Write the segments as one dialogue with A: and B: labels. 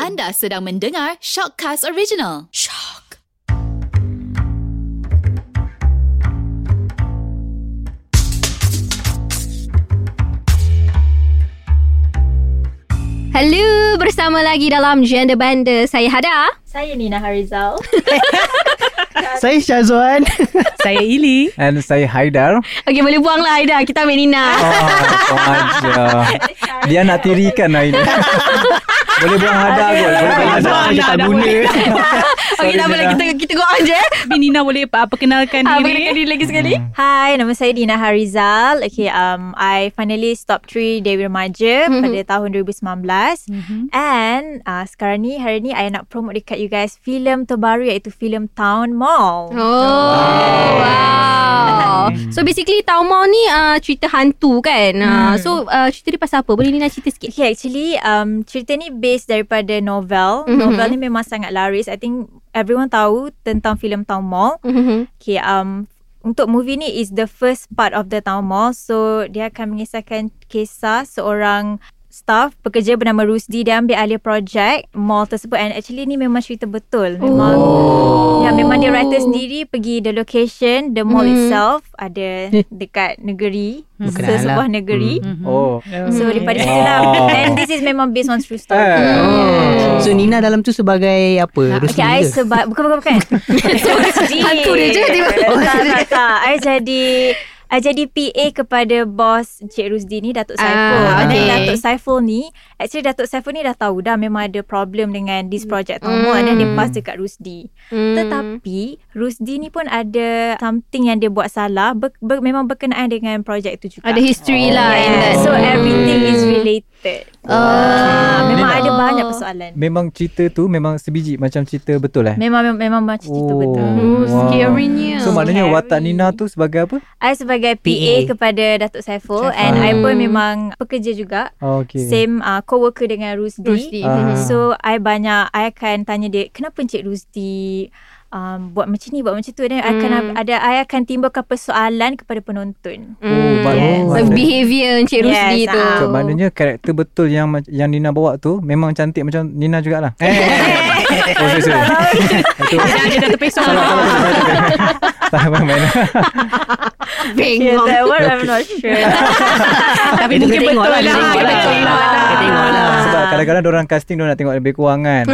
A: Anda sedang mendengar Shockcast Original. Shock.
B: Hello, bersama lagi dalam Gender Banda. Saya Hada.
C: Saya Nina Harizal.
D: Saya Syazwan
E: Saya Ili
D: And saya Haidar
B: Okey, boleh buanglah Aida. Kita ambil Nina.
D: Oh, aja. Dia nak tirikan hari ni Boleh buang hada kot Boleh buang hada
E: Buang
D: Dia
E: hada
D: tak
E: dah.
D: guna
B: Okey, tak boleh. Kita kita go on je.
E: Binina boleh uh, perkenalkan
B: Ah,
E: diri Hmm.
B: berikan diri lagi sekali.
C: Hi, nama saya Dina Harizal. Okay, um, I finally top 3 Dewi Remaja
B: Mhm.
C: pada tahun 2019.
E: Mhm.
C: And uh, sekarang ni, hari ni I nak promote dekat you guys filem terbaru iaitu filem Town Mall.
B: Oh, wow. So basically Tau Mau ni uh, cerita hantu kan. Uh,
C: Hmm.
B: so uh, cerita dia pasal apa? Boleh Nina cerita sikit?
C: Okay, actually um, cerita ni based daripada novel.
B: Mhm.
C: Novel ni memang sangat laris. I think everyone tahu tentang filem Town Mall.
B: Mhm.
C: Okay, um, untuk movie ni is the first part of the town mall. So, dia akan mengisahkan kisah seorang staff pekerja bernama Rusdi dia ambil alih projek mall tersebut and actually ni memang cerita betul memang oh. ya memang dia writer sendiri pergi the location the mall
B: Hmm.
C: itself ada dekat negeri
E: Hmm.
C: so, sebuah negeri
F: Hmm.
E: Mhm.
D: Oh
C: so daripada situ lah
D: Wow.
C: and this is memang based on true story
D: Eh.
B: Hmm.
D: So,
F: So Nina dalam tu sebagai apa? Rusli
C: Ah, Okay, I
F: ke?
C: sebab bukan bukan bukan.
B: Hantu dia je tiba-tiba.
C: Tak tak tak. I jadi I jadi PA kepada bos Encik Rusdi ni Datuk
B: Ah,
C: Saiful. Ah,
B: okay.
C: okay. Datuk Saiful ni actually Datuk Saiful ni dah tahu dah memang ada problem dengan this project Tomo
B: Hmm.
C: mm. and then dia pass dekat Rusdi.
B: Hmm.
C: Tetapi Rusdi ni pun ada something yang dia buat salah ber, ber, memang berkenaan dengan projek tu juga.
B: ada history lah in that. Hmm.
C: yeah. So everything is related.
B: Oh.
C: Hmm. Ah, memang
D: Nina.
C: ada banyak persoalan.
D: Memang cerita tu Memang sebiji Macam cerita betul eh
C: Memang memang, memang macam cerita
D: Oh.
C: betul.
B: Oh,
D: Wow.
B: scary-nya.
D: So maknanya
C: Scary.
D: watak Nina tu sebagai apa?
C: I sebagai PA,
F: PA.
C: kepada Datuk Saiful and I pun
B: Hmm.
C: memang pekerja juga.
D: Oh,
C: Okay.
D: okay.
C: Same uh, co-worker dengan Rusdi.
B: Rusdi.
D: Ah.
C: So I banyak I akan tanya dia kenapa Encik Rusdi um, buat macam ni buat macam tu dan I akan
B: Hmm.
C: ada I akan timbulkan persoalan kepada penonton.
B: Hmm.
D: Oh,
C: yes.
B: Like behaviour Encik
C: Yes,
B: Rusdi tu.
C: ah.
D: So maknanya karakter betul yang mac- yang Nina bawa tu memang cantik macam Nina jugalah. Eh. oh, sorry, sorry. Itu
F: Hmm.
E: Dah ada dah terpesong
D: salah salah. salah, salah. Tak main-main.
C: Yeah,
B: Bengong.
C: that one I'm not sure.
E: Tapi
F: Kita
E: mungkin
F: tengok
E: betul lah
F: lah, kita
E: Mungkin
F: tengok
E: betul
F: lah. Kita tengok lah.
E: lah
D: Sebab kadang-kadang orang casting dia nak tengok lebih kurang kan.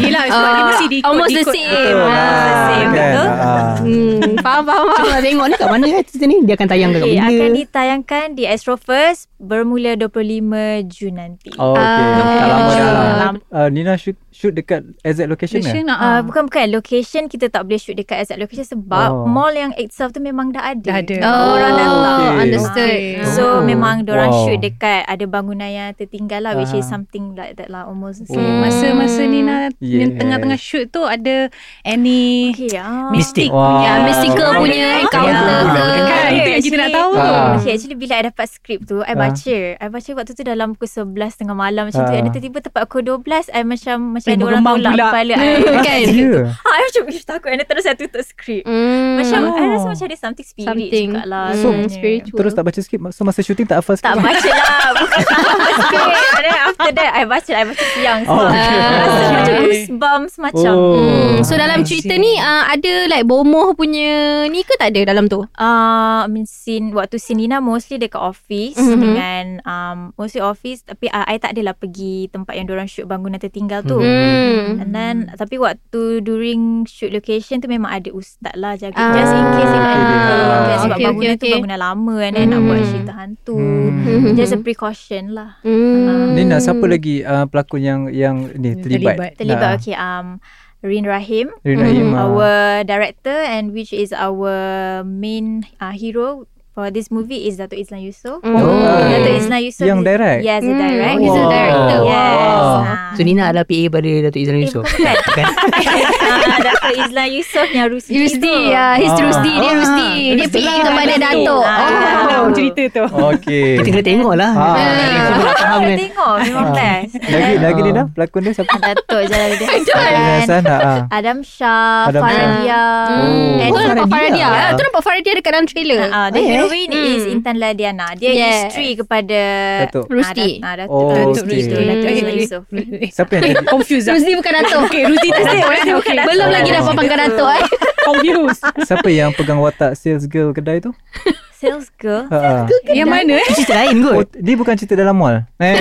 E: Yelah sebab dia
B: Ah,
E: mesti diikut
B: almost the
E: diikut.
B: same.
E: Ah.
B: Ah,
C: same,
D: kan?
C: betul?
D: Ah.
B: Hmm, faham, faham, faham.
F: Nak tengok ni kat mana eh, cerita ni Dia akan tayang kat
C: Okay,
F: okay,
C: akan
F: mana
C: ditayangkan di Astro First bermula 25 Jun nanti.
D: Oh, okay.
B: Ah.
D: tak lama dah lah.
C: Lama.
D: Uh, Nina shoot, shoot dekat exact location
E: Malaysia
D: ke?
E: nak
C: Uh, bukan bukan location kita tak boleh shoot dekat exact location sebab
D: Oh.
C: oh. mall yang itself tu memang dah ada.
E: Dah ada.
C: Orang dah tahu.
D: okay.
B: Oh, Understood.
E: Okay.
C: So
D: Oh.
C: memang orang
D: Wow.
C: shoot dekat ada bangunan yang tertinggal lah which is
D: Ah.
C: something like that lah almost the
D: Oh.
E: So,
C: same.
E: Masa-masa Nina
D: Yes.
E: yang Tengah-tengah shoot tu Ada Any
C: Okay, ah.
E: Mystic
D: Wow.
E: punya
B: Ya, mystical
D: Wow.
B: punya encounter ke.
E: Kan, itu yang kita nak tahu.
D: Ah.
C: Okay, actually bila I dapat skrip tu, I
D: Ah.
C: baca. I baca waktu tu dalam pukul 11 tengah malam macam tu.
D: Ah.
C: And then tiba-tiba tepat pukul 12, I macam macam
E: Eh,
C: ada orang
E: bergemang
C: tolak
E: pula.
C: kepala I.
B: Kan?
D: Yeah.
C: Ah, I macam "Ish, takut. And then terus I tutup skrip.
B: Hmm.
C: Macam, I
D: Oh.
C: rasa macam ada something spirit
B: Something.
C: juga lah.
D: So,
B: Hmm,
C: sebenarnya.
B: spiritual.
D: Terus tak baca skrip So masa shooting tak hafal skrip
C: Tak baca lah Bukan tak baca skrip. And then after that I baca I baca siang so,
D: Oh, okay.
C: Rasa macam goosebumps Macam
D: Oh.
B: Hmm, so dalam cerita ni uh, ada like bomoh punya ni ke tak ada dalam tu?
C: uh, I mean, scene, Waktu scene Nina Mostly dekat office
B: Mhm.
C: mm-hmm. Dengan um, Mostly office Tapi uh, I tak adalah pergi Tempat yang orang shoot Bangunan tertinggal tu mm.
B: Hmm.
C: And then Tapi waktu During shoot location tu Memang ada ustaz lah Jaga
B: Ah.
C: Just in case if
B: Okay,
D: dia-
C: ada problem kan,
D: ah.
C: Sebab
B: Okay,
C: bangunan
B: okay,
C: tu
B: okay.
C: Bangunan lama And then nak
B: Mhm.
C: buat cerita hantu
D: Hmm.
C: Just a precaution lah
B: Hmm.
D: Nina siapa lagi uh, pelakon yang yang ni terlibat?
C: Terlibat
D: Nah,
C: okay um Rin Rahim
D: Rina
B: Mhm.
D: Ima.
C: our director and which is our main uh, hero for this movie is Dato Islam Yusof.
B: Hmm.
D: Oh.
C: Dato
B: Okay.
C: Islam Yusof
D: Yang
C: is-
D: direct?
C: Yes, he
B: Hmm.
C: direct.
B: Oh, he's a
D: Wow.
B: director.
C: Yes.
D: Wow.
C: ah.
F: So Nina adalah PA pada Datuk Izran
C: Eh,
F: Yusof
C: bukan, bukan. Ah, Dato Islam Yusof yang Rusdi.
B: Rusdi,
C: tu.
B: ya. He's
D: Ah.
B: Rusdi. Dia Rusdi. Dia
E: Rusdi.
B: pergi kepada
E: Rusdi.
B: Datuk.
C: Ah.
B: Oh.
E: Tahu cerita tu
D: Okay.
F: Kita kena tengok lah
D: Ah.
F: Kita nak faham
C: Ah,
F: kan
C: Tengok memang best.
D: Lagi lagi
F: Ah.
D: Nina pelakon dia siapa?
C: Dato Jalaluddin
D: Nina
C: Hasan.
D: Hasan. Ha.
C: Adam Shah,
D: Adam Shah.
C: Farah Dia.
D: Oh.
B: Oh,
C: And
B: nampak
F: Farah
B: Farah
F: Dia.
B: dia. Tu nampak Farah dia dekat dalam trailer.
C: Ah, dia hero Nurin
B: Uh, Hmm.
C: is Intan Ladiana. Dia
B: Yes.
C: isteri kepada
D: Datuk.
B: Rusti.
C: Ah, Dat- ah,
D: Oh,
C: Datuk
D: Rusti.
C: Rusti. Datuk
B: Hmm.
C: Rusti Yusof.
D: Siapa yang tadi?
E: Confused lah.
B: Rusdi bukan Datuk.
E: Okay, Ruzi tak say. Ruzi bukan Datuk.
B: Belum lagi dah
D: Oh.
B: papan Datuk eh.
E: Confused.
D: Siapa yang pegang watak sales girl kedai tu?
C: Sales girl.
D: Ha.
E: Yang mana eh?
F: Cerita lain
D: Oh,
F: kot
D: dia bukan cerita dalam mall. Eh.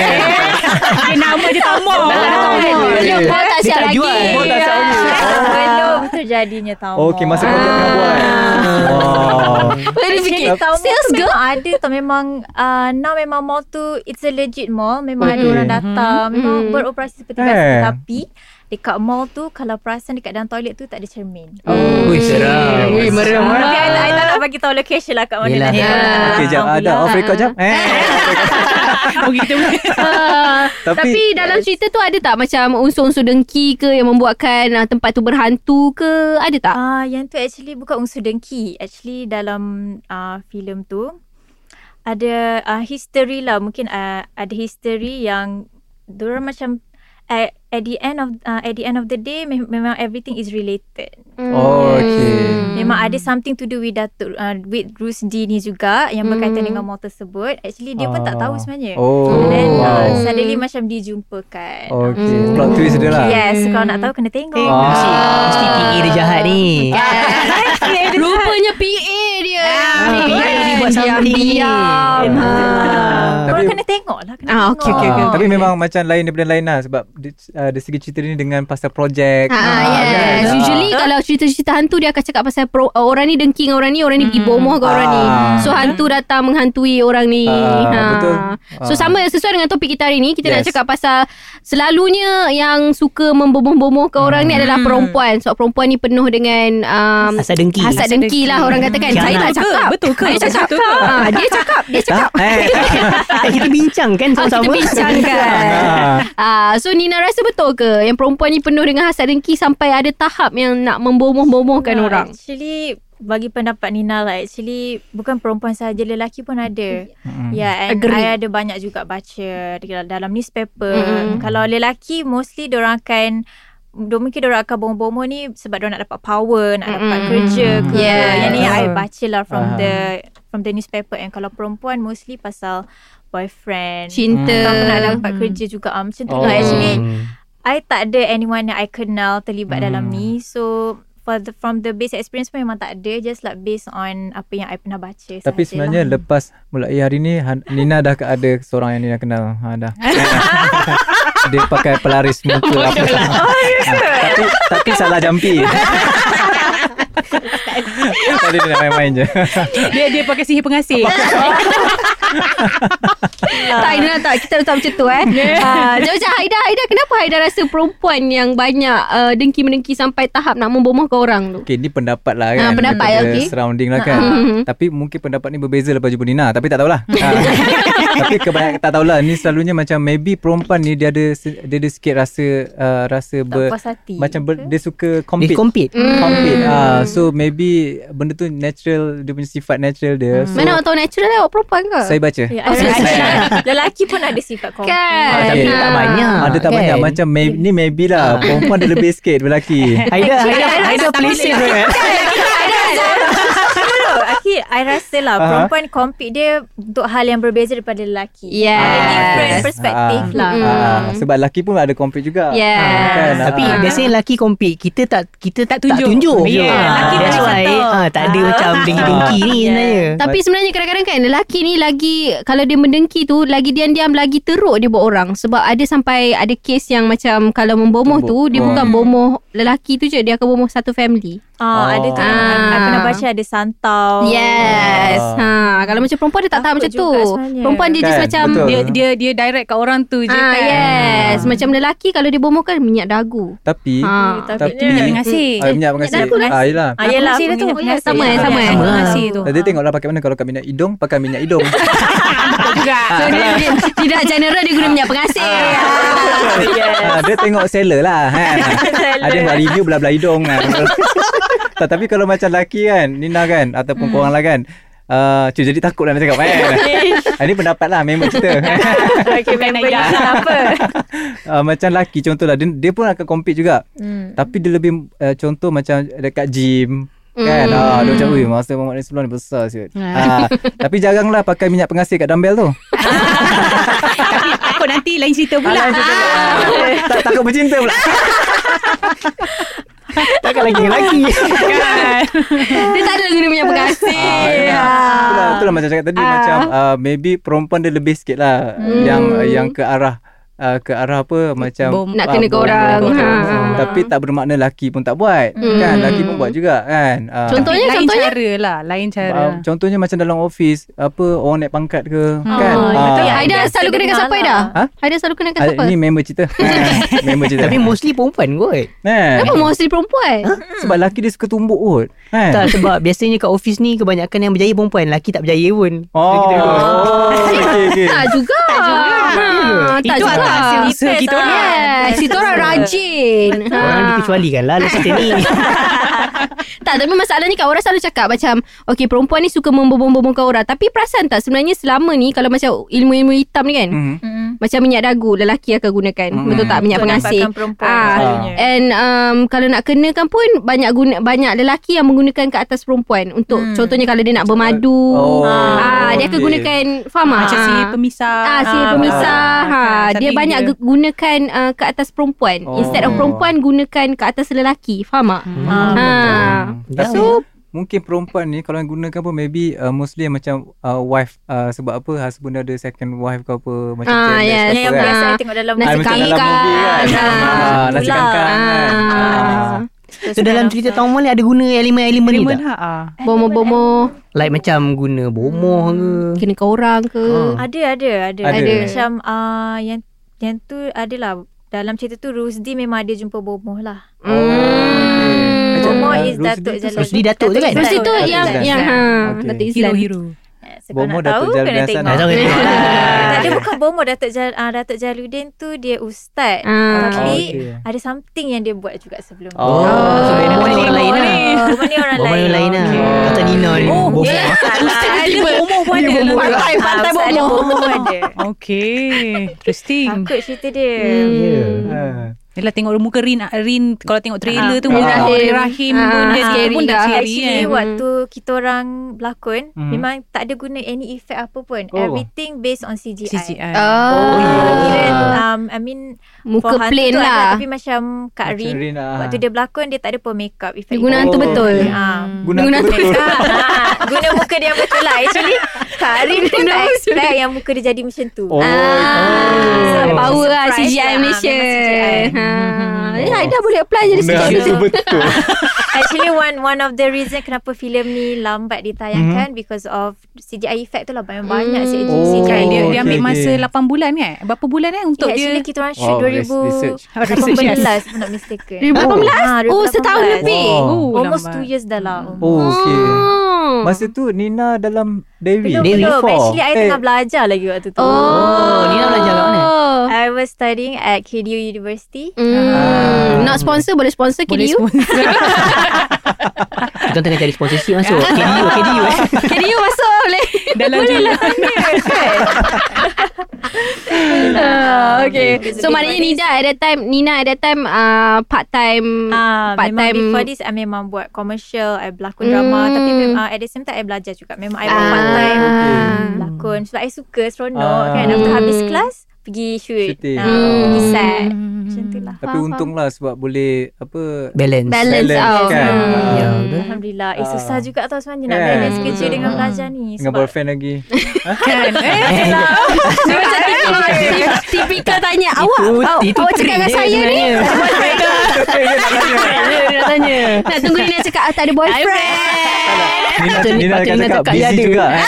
E: Okay, nama je tak mau.
B: Dia
F: Dia
B: buat tak siap
F: tak
B: lagi.
F: jual. Buat tak
D: siap lagi.
C: Sebelum terjadinya tau.
D: Okey, Oh, masa kau tengah buat. Ah.
B: Ah.
D: Wow.
B: Baru fikir.
C: Sales girl memang ada tau Memang uh, Now memang mall tu It's a legit mall Memang ada
D: Okay.
C: orang datang Memang
B: Mhm.
C: beroperasi seperti
D: Eh.
C: biasa Tapi Dekat mall tu Kalau perasan dekat dalam toilet tu Tak ada cermin
F: Oh, Ui seram
B: Ah.
F: Ui
C: Tapi
F: merah
C: I, I tak nak bagi tahu location lah kat mana
F: Yelah.
C: nanti
F: Ah.
C: kalau tak datang
D: Okey, jap.
C: pula.
D: Ada off record jap. Eh.
E: Begitu.
B: Ah,
D: Tapi-
B: tapi, dalam cerita tu ada tak macam unsur-unsur dengki ke yang membuatkan ah, tempat tu berhantu ke? Ada tak?
C: Ah, yang tu actually bukan unsur dengki. Actually dalam ah filem tu ada ah history lah. Mungkin ah, ada history yang diorang macam at, at the end of ah, at the end of the day mem- memang everything is related.
F: Hmm.
D: Oh, okay.
C: Memang ada
D: Hmm.
C: something to do with Datuk ah, with Rusdi ni juga yang berkaitan
B: Hmm.
C: dengan mall tersebut. Actually dia pun tak tahu
D: Ah.
C: sebenarnya.
D: Oh,
B: uh,
C: And then
D: wow.
C: ah, suddenly macam dijumpakan.
D: Okey,
B: Hmm.
D: plot twist dia lah.
C: Yes, kalau nak tahu kena tengok.
D: Ah.
F: Mesti Mesti PA dia jahat ni
C: Ah.
B: Rupanya PA dia.
F: PA Ah, dia buat something ni
B: Diam-diam.
F: Ah.
C: Korang
D: Tapi-
C: kena tengok lah kena
B: Ah,
C: tengok.
B: okey,
D: Ah, Tapi memang macam lain daripada lain lah Sebab di- ah, dari segi cerita ni dengan pasal projek
B: Ha, ah, yes.
D: kan?
B: Usually
C: Ah.
B: kalau cerita-cerita hantu dia akan cakap pasal pro, uh, orang ni dengki dengan orang ni, orang ni pergi bomoh ke orang ni.
D: Ah.
B: So hantu datang menghantui orang ni. Ha.
D: Ah, betul.
B: So
D: Ah.
B: sama sesuai dengan topik kita hari ni, kita nak
D: Yes.
B: cakap pasal selalunya yang suka membomoh-bomoh ke orang
D: Hmm.
B: ni adalah perempuan. Sebab perempuan ni penuh dengan um,
F: Asal dengki Ah.
B: hasad dengki lah orang katakan.
E: kan.
F: Kiamat.
B: Saya tak cakap.
E: Betul ke?
B: Dia cakap.
E: Betul ke?
B: Ah, dia cakap. Dia cakap.
F: Eh, Kita bincang kan
B: Ah,
F: sama-sama
B: kita bincangkan.
D: Ah.
B: Ah, so Nina rasa betul ke yang perempuan ni penuh dengan hasad dengki sampai ada tahap yang nak membomoh-bomohkan
C: Nah,
B: orang?
C: Ah, Actually bagi pendapat Nina lah actually bukan perempuan saja lelaki pun ada.
D: Mm.
C: Ya yeah, and
B: Agree.
C: I ada banyak juga baca di- dalam newspaper.
B: Mm-mm.
C: Kalau lelaki mostly diorang akan dia mungkin diorang akan bomo-bomo ni sebab diorang nak dapat power, nak dapat
B: Mm-mm.
C: kerja ke. Ya,
B: Yes.
C: Yang ni I baca lah from
D: Faham.
C: the from the newspaper and kalau perempuan mostly pasal boyfriend.
B: Cinta.
C: Aku nak dapat kerja juga ah, Macam tu
D: Oh.
C: lah Actually I tak ada anyone yang I kenal Terlibat
D: Hmm.
C: dalam ni So for the, From the basic experience pun Memang tak ada Just like based on Apa yang I pernah baca
D: Tapi
C: lah. sahajalah.
D: sebenarnya lepas mulai hari ni Han- Nina dah ke- ada seorang yang Nina kenal. Ha dah. Dia pakai pelaris muka apa. Ha, tapi tapi salah jampi. Tadi dia nak main-main je.
E: Dia dia pakai sihir pengasih.
B: tak, Aina tak. Kita letak macam tu eh. Ah, Jom, jom. Haida, Haida. Kenapa Haida rasa perempuan yang banyak uh, dengki-mendengki sampai tahap nak membomohkan orang tu?
D: Okay, ni pendapat lah
B: Ah,
D: kan.
B: pendapat,
D: daripada
B: okey.
D: Surrounding lah kan.
B: Mm-hmm.
D: Tapi mungkin pendapat ni berbeza lepas jumpa Nina Tapi tak tahulah ha. Tapi kebanyakan tak tahulah Ni selalunya macam Maybe perempuan ni Dia ada se- dia ada sikit rasa uh, Rasa
C: Tak
D: ber,
C: puas hati
D: Macam ber, dia suka compete
F: Dia compete Hmm.
D: Compete ah, So maybe Benda tu natural Dia punya sifat natural dia so,
B: Hmm. Mana awak tahu natural lah awak perempuan ke?
D: Saya baca
C: Ya, I
B: Oh,
C: rasa
D: saya-
C: Lelaki pun ada sifat komplit
B: Kan?
D: Ah, tapi tak
F: banyak.
D: Ada tak
F: Kan?
D: banyak Macam may, ni maybe lah Perempuan dia lebih sikit Daripada lelaki
F: Haida Haida Haida play safe eh.
B: Kan?
C: Akhir I rasa lah
D: Aha.
C: Perempuan compete dia Untuk hal yang berbeza Daripada lelaki
B: Yes.
C: Ada different perspective
D: Ah,
C: lah
D: ah, ah, Sebab lelaki pun ada compete juga
B: Yes.
D: Ah, kan?
F: Tapi
D: Ah.
F: biasanya lelaki compete Kita tak Kita tak tunjuk, tak
E: Tunjuk.
F: tunjuk.
E: Yeah,
C: lelaki
F: That's
C: tak
F: why
C: contoh.
F: ah, Tak ada macam Dengki-dengki ni sebenarnya
B: Tapi sebenarnya kadang-kadang kan lelaki ni lagi kalau dia mendengki tu lagi diam-diam lagi teruk dia buat orang sebab ada sampai ada kes yang macam kalau membomoh tu dia
D: Oh.
B: bukan bomoh lelaki tu je dia akan bomoh satu family.
C: Ah, Ada tu I, I
B: Ah.
C: pernah baca ada santau
B: Yes. Ha kalau macam perempuan dia tak tahu
C: Takut
B: macam tu.
C: Oh. juga sebenarnya.
B: Perempuan dia just
D: Kan,
B: macam
D: betul.
E: Dia dia dia direct kat orang tu je
B: Ah
E: kan.
B: yes, macam lelaki kalau dia bomoh kan minyak dagu.
D: Tapi
B: Ha.
C: Tapi
D: Tapi-
E: Minyak pengasih.
D: ah, Minyak pengasih
C: Minyak pengasih.
D: Ah, yelah
C: Ah, yelah,
E: Pengasih dia tu.
C: minyak
F: Oh, ya,
C: pengasih.
B: Sama eh, sama eh.
E: Minyak
C: Ah,
E: Pengasih tu.
D: Nanti tengoklah pakai mana Kalau kat minyak hidung Pakai minyak hidung
E: Juga.
B: So dia, dia tidak general dia guna minyak pengasih.
D: Ah, Dia tengok seller lah kan? Ada buat review belah-belah hidung kan? tak, Tapi kalau macam lelaki kan Nina kan Ataupun korang lah kan Uh, cuy jadi takut lah nak cakap kan Ah, Ini pendapat lah Memang cerita
C: Okay member ni apa
D: uh, Macam lelaki contoh lah dia, dia pun akan compete juga
C: Hmm.
D: Tapi dia lebih uh, Contoh macam Dekat gym Kan ah, Dia macam Ui masa mamak ni sebelum ni besar siut ah, Tapi jaranglah pakai minyak pengasih kat dumbbell tu
E: Tapi takut nanti lain cerita pula.
D: Alah, cerita pula. Ah, Tak takut bercinta pula
F: Takkan lagi lagi.
E: Kan?
B: Dia tak ada guna minyak pengasih.
D: Ah,
B: Ah,
D: itulah, itulah, itulah macam cakap tadi Macam uh, maybe perempuan dia lebih sikit lah
B: Hmm.
D: Yang yang ke arah uh, Ke arah apa Macam ah,
E: Bom.
B: Nak kena
D: bom,
B: korang. Hmm.
D: bom, bom.
B: Ha.
D: Tapi tak bermakna laki pun tak buat Kan laki pun buat juga kan Ah.
B: Contohnya,
E: lain
B: contohnya.
E: cara lah. Lain cara.
D: Ah, Contohnya macam dalam office Apa Orang naik pangkat ke Kan
B: Ah,
D: Ah.
B: betul.
C: Ya,
B: Haida
C: biasa
B: selalu kena kat
C: dengar
B: siapa
C: lah.
B: Haida?
D: Ha?
B: Haida selalu kena kat
D: Ah,
B: siapa?
D: Ni member cerita Ah, Member cerita
F: Tapi mostly perempuan kot.
D: Kan?
B: Kenapa mostly perempuan?
D: Sebab laki dia suka tumbuk kot Kan
F: Tak sebab biasanya kat office ni kebanyakan yang berjaya perempuan, laki tak berjaya pun.
D: Oh,
F: Kita duduk.
D: okay, okay.
B: Tak juga. Tak juga. Ha, tak
F: Itu
B: juga.
F: atas
C: hasil
E: usaha
C: Depends
E: kita
C: lah.
E: orang.
F: ah,
B: Yes, itu orang rajin. Ah.
F: Orang dikecualikan lah lepas ni.
B: Tak tapi masalahnya Kak Ora selalu cakap Macam Okay perempuan ni Suka membombong-bombongkan orang Tapi perasan tak Sebenarnya selama ni Kalau macam ilmu-ilmu hitam ni kan hmm.
D: Hmm.
C: Mm.
B: Macam minyak dagu Lelaki akan gunakan
D: Hmm.
B: hmm. Betul tak Minyak
C: Untuk
B: pengasih
C: nampakkan perempuan
B: Ah.
C: selalunya.
B: And um, kalau nak kenakan pun Banyak guna banyak lelaki yang menggunakan Ke atas perempuan Untuk
C: Hmm.
B: hmm. contohnya Kalau dia nak bermadu
D: Oh,
B: ah, Dia akan
D: okay.
B: gunakan Faham tak?
E: Macam si pemisah.
B: Ah, si
E: Ah, kan.
B: pemisah ha,
E: makan
B: Dia
E: samping
B: banyak
E: dia.
B: dia. gunakan uh, Ke atas perempuan
D: Oh.
B: Instead of perempuan Gunakan ke atas lelaki Faham tak?
F: Hmm. Ya.
B: Ha.
D: Tapi mungkin perempuan ni kalau yang gunakan pun maybe uh, mostly macam uh, wife uh, sebab apa husband dia ada second wife ke apa macam
B: Ah,
D: jealous
B: yes.
D: ke
C: Yang, yang
D: apa
C: biasa
B: Ah.
C: I tengok dalam
B: Nasi
D: Ah,
C: movie.
D: macam dalam
B: kangkang.
D: movie kan.
B: Ah,
D: Ah, nasi
C: itulah.
D: kangkang kan.
B: Ah.
F: So dalam cerita Tom Mall ni ada guna elemen-elemen ni
E: Raymond
F: tak?
E: ha. ah.
B: Bomo-bomo
F: Like macam guna bomoh ke.
B: Kena kau orang ke
D: Oh.
F: Ha.
C: Ada ada ada.
D: Ada.
C: ada. Macam ah yang yang tu adalah dalam cerita tu Rusdi memang ada jumpa bomoh lah.
D: Oh, Hmm.
B: Hmm.
C: Bomoh
D: Ah,
C: is
D: Rusdi
C: Datuk
D: tu
C: Jalal.
F: Rusdi Datuk tu kan?
B: Terus
C: Datuk
B: itu
C: Datuk
B: yang
C: Izlan.
B: yang ha
D: Okay.
B: Datuk Izlan.
E: Hero-hero.
C: So,
D: Bomoh
C: bomoh Eh, nak
D: Datuk
C: tahu
D: Jalal
C: kena
D: Hasan
C: tengok. Ah.
F: Dah tahu kan?
C: tak ada bukan bomoh Datuk Jal, ah, Datuk Jaludin tu dia ustaz.
B: Ah.
C: Tapi
D: Okay.
C: ada something yang dia buat juga sebelum. tu.
D: Oh.
F: So bomoh ni orang lain lah.
C: Bomoh ni Ah. orang
F: Bomoh
C: lain.
F: ni orang lain lah.
D: Okay.
F: Kata Nina ni
E: Oh,
F: bomoh.
C: yeah.
E: Ada bomoh pun ada.
C: Ah,
B: Pantai
C: ustaz ada
B: bomoh.
C: bomoh ada.
E: Okay.
B: Ha.
E: Interesting.
C: Takut cerita dia.
F: Yeah.
D: Ah.
E: Yelah tengok muka Rin ah, Rin kalau tengok trailer
C: Ah,
E: tu Muka
D: Rahim.
E: Rahim, Rahim pun
B: Ah,
E: Dia sikit
B: scary
E: pun dah
B: dah.
E: scary
C: Actually
E: kan
C: waktu kita orang berlakon
D: Hmm.
C: memang tak ada guna any effect apa pun.
D: Oh.
C: Everything based on
E: kan.
C: CGI.
E: CGI
B: Oh.
C: Even, um, I mean
B: Muka
C: for hantu
B: plain
C: tu ada,
B: lah.
C: Tapi macam Kak
D: Macam
C: Rin
D: Rin, ah.
C: Waktu dia berlakon Dia tak ada pun makeup effect
B: Dia guna hantu
D: Oh.
B: betul.
C: Ah.
D: Guna
B: Guna
D: tu betul.
C: Ah, guna muka dia yang betul lah Actually Kak Rin pun tak expect Yang muka dia jadi macam tu
D: Oh.
B: Ah,
D: Oh.
B: power lah
C: Surprise
B: CGI
C: lah,
B: Malaysia.
C: memang CGI.
B: Ha. Eh,
D: Oh.
B: Aida boleh apply jadi
D: Guna
B: CGI.
D: tu betul.
C: Actually one one of the reason Kenapa filem ni Lambat
E: Mhm.
C: ditayangkan Because of CGI effect tu lah Banyak-banyak
B: Mm.
C: CGI,
D: Oh.
E: Kan
C: CGI
E: dia, dia
D: Okay,
E: ambil masa
D: okay.
E: 8 bulan kan Berapa bulan kan Untuk
C: yeah,
E: dia
C: actually kita orang shoot Oh,
D: Wow, res- research.
C: 2018 yes. If I'm not mistaken
B: 2018?
C: Ah,
B: Oh, setahun
C: 2018.
B: lebih.
D: Wow.
E: Oh,
C: Almost
E: lambat.
C: 2 years dah lah
D: Oh, okay.
B: Oh.
D: Masa tu Nina dalam Dewi.
C: Belum,
F: Dewi
C: belum
D: four.
C: Actually I
D: Eh.
C: tengah belajar lagi waktu tu
B: Oh.
F: Oh, Nina belajar kat mana?
C: I was studying at KDU University
D: Ah.
B: Hmm. Not sponsor boleh sponsor
E: Boleh
B: KDU.
E: sponsor
F: Kita tengah cari sponsorship masuk. KDU, KDU eh.
B: KDU masuk boleh. lah.
E: Dalam jalan
B: Ah, okay.
C: Okay.
B: So maknanya Nina at that time Nina at that time uh, part time
C: Ah,
B: part
C: memang
B: time
C: before this I memang buat commercial I berlakon drama
B: Hmm.
C: Tapi mem- ah, at the same time I belajar juga Memang I
B: Ah.
C: buat part time Berlakon Sebab I suka seronok
D: Ah.
C: kan After
B: Hmm.
C: habis kelas Pergi shoot
D: Shooting.
C: Ah,
B: Hmm.
C: Pergi set Macam tu lah
D: Tapi untunglah sebab boleh
C: Eh,
D: apa
F: Balance.
B: balance,
D: balance
B: out.
D: kan.
B: Hmm.
F: Ya, betul.
C: Alhamdulillah eh,
D: Ah.
C: Susah juga tau sebenarnya Nak
D: Kan,
C: balance
D: betul.
C: kerja dengan
D: Ah.
C: belajar ni
D: dengan
C: Sebab
D: boyfriend lagi.
E: Kan eh?
B: Macam tipikal- tipikal tanya awak awak
F: itu
B: awak cakap dengan
F: trigger
B: saya ni
F: sebenarnya.
B: tak ada boyfriend ke?
F: Nak tanya.
B: Nak tunggu Nina cakap ah, tak ada boyfriend.
D: Nina,
F: Patut-
D: Nina
F: patut
D: akan
F: Nina
D: cakap
F: cakap dia
D: busy
F: ada.
D: juga. eh.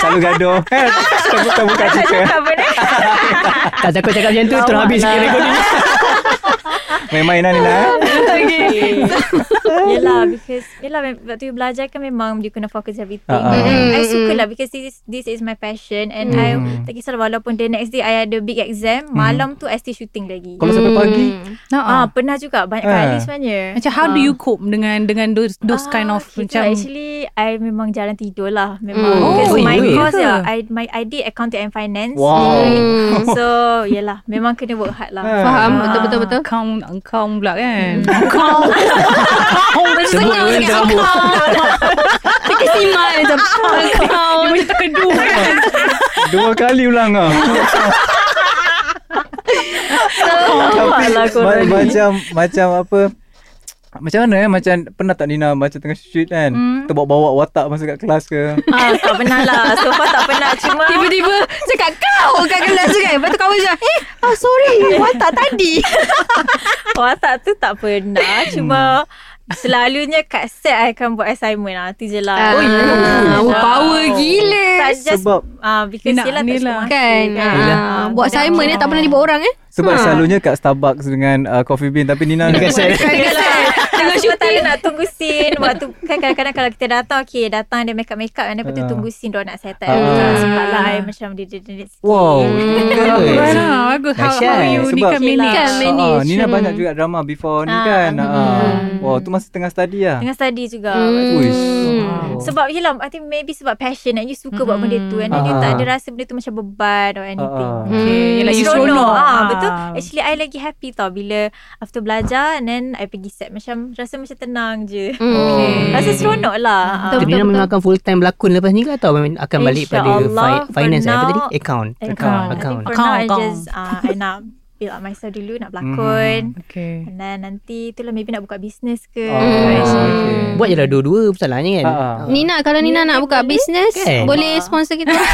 D: Selalu gaduh. Eh, Tak buka buka cerita.
F: Tak takut cakap macam tu Terus habis sikit recording
D: Main-main lah Nina. eh.
C: Yelah because Yelah mem- waktu you belajar kan Memang you kena focus everything
D: Ah.
C: And I
B: Mm,
C: suka
B: mm.
C: lah Because this, this is my passion And
D: Mm.
C: I Tak kisah lah, walaupun the next day I ada big exam
D: Hmm.
C: Malam tu I still shooting lagi
D: Kalau sampai pagi.
B: Hmm.
E: Ah,
C: Ah, pernah juga banyak
D: Ah.
C: kali sebenarnya.
E: Macam how do
C: Ah.
E: you cope Dengan dengan those, those kind of
C: kita
E: Macam
C: Ah, actually I memang jarang tidur lah memang
B: Mm.
D: Hmm.
C: mm. because
F: Oh,
C: my
F: really?
C: course ya I my I did accounting and finance
D: Wow.
B: Hmm.
C: so yelah memang kena work hard lah
D: Ah.
B: Faham
E: Ah,
B: betul betul betul.
E: Kau engkau pula kan.
B: Kau
F: Sebut dengan kamu.
B: terkesiman macam kau.
E: Dia macam terkedu kan.
D: Dua kali ulang ah. Tapi
C: Alah, lah korang
D: ma-
C: ni.
D: macam macam apa macam mana eh Macam pernah tak Nina Macam tengah shoot kan hmm. Terbawa-bawa watak Masa kat kelas ke
C: ah, tak pernah lah so far tak pernah cuma
B: Tiba-tiba cakap kau kat kelas tu kan. Lepas tu kawan macam eh oh, sorry watak tadi.
C: watak tu tak
D: Hmm.
C: pernah cuma Selalunya kat set I akan buat assignment lah Itu je lah
B: Oh, ya. Oh, power gila.
C: Tak just
D: Ah. Sebab
C: ah, Because
E: Ni nak-
C: Yelah
E: ni lah.
C: tak semua
B: Kan
D: Yelah.
B: ah, Buat Simon ni tak pernah dibuat orang eh
D: Sebab
C: Hmm.
B: Ha.
D: selalunya kat Starbucks Dengan uh, Coffee Bean Tapi Nina
F: Dengan
D: nak-
F: saya.
C: Tengah syuting nak tunggu scene Waktu kan kadang-kadang Kalau kita datang Okay datang dia make up make up Dan lepas tu
D: Ah.
C: tunggu scene Dia nak set up
D: Ah.
C: uh. Sebab lah I macam Dia dia dia
D: Wow
C: Hmm.
E: Bagus lah. Bagus. How, how
F: Dahsyat.
E: you ni
D: Sebab-
E: kan manage.
B: Kan
D: Ah,
B: manage
D: Nina
B: Hmm.
D: banyak juga drama Before ni
C: Ah,
D: kan
C: mm.
D: ah. Wow tu masa tengah study lah
C: Tengah study juga
B: Hmm.
D: Uish.
B: Hmm.
C: Sebab yelah I think maybe sebab passion And you suka buat benda tu And then you
D: Ah.
C: tak ada rasa Benda tu macam beban Or anything
D: Ah.
E: Okay. Yelah, you seronok.
C: ah,
E: Ah.
C: Betul Actually I lagi happy tau Bila after belajar And then I pergi set Macam rasa macam tenang je
B: Hmm.
D: Okay.
C: Rasa seronok lah Ah.
F: Tapi Nina memang akan full time berlakon lepas ni ke atau memang akan balik pada
C: InsyaAllah,
F: fi- finance
C: for
F: eh, apa tadi?
C: now-
F: Account.
C: Account.
F: Account.
C: I think for now I
E: Account.
C: just uh, I nak build up myself dulu nak
D: Mm-hmm.
C: berlakon.
E: Okay.
C: And then nanti itulah maybe nak buka business ke.
D: Oh, okay.
C: Hmm.
F: Buat je lah dua-dua masalahnya kan.
D: Ah, ah.
F: Ah.
B: Nina kalau Nina nak buka bisnes
F: Kan?
B: Boleh sponsor kita
C: tak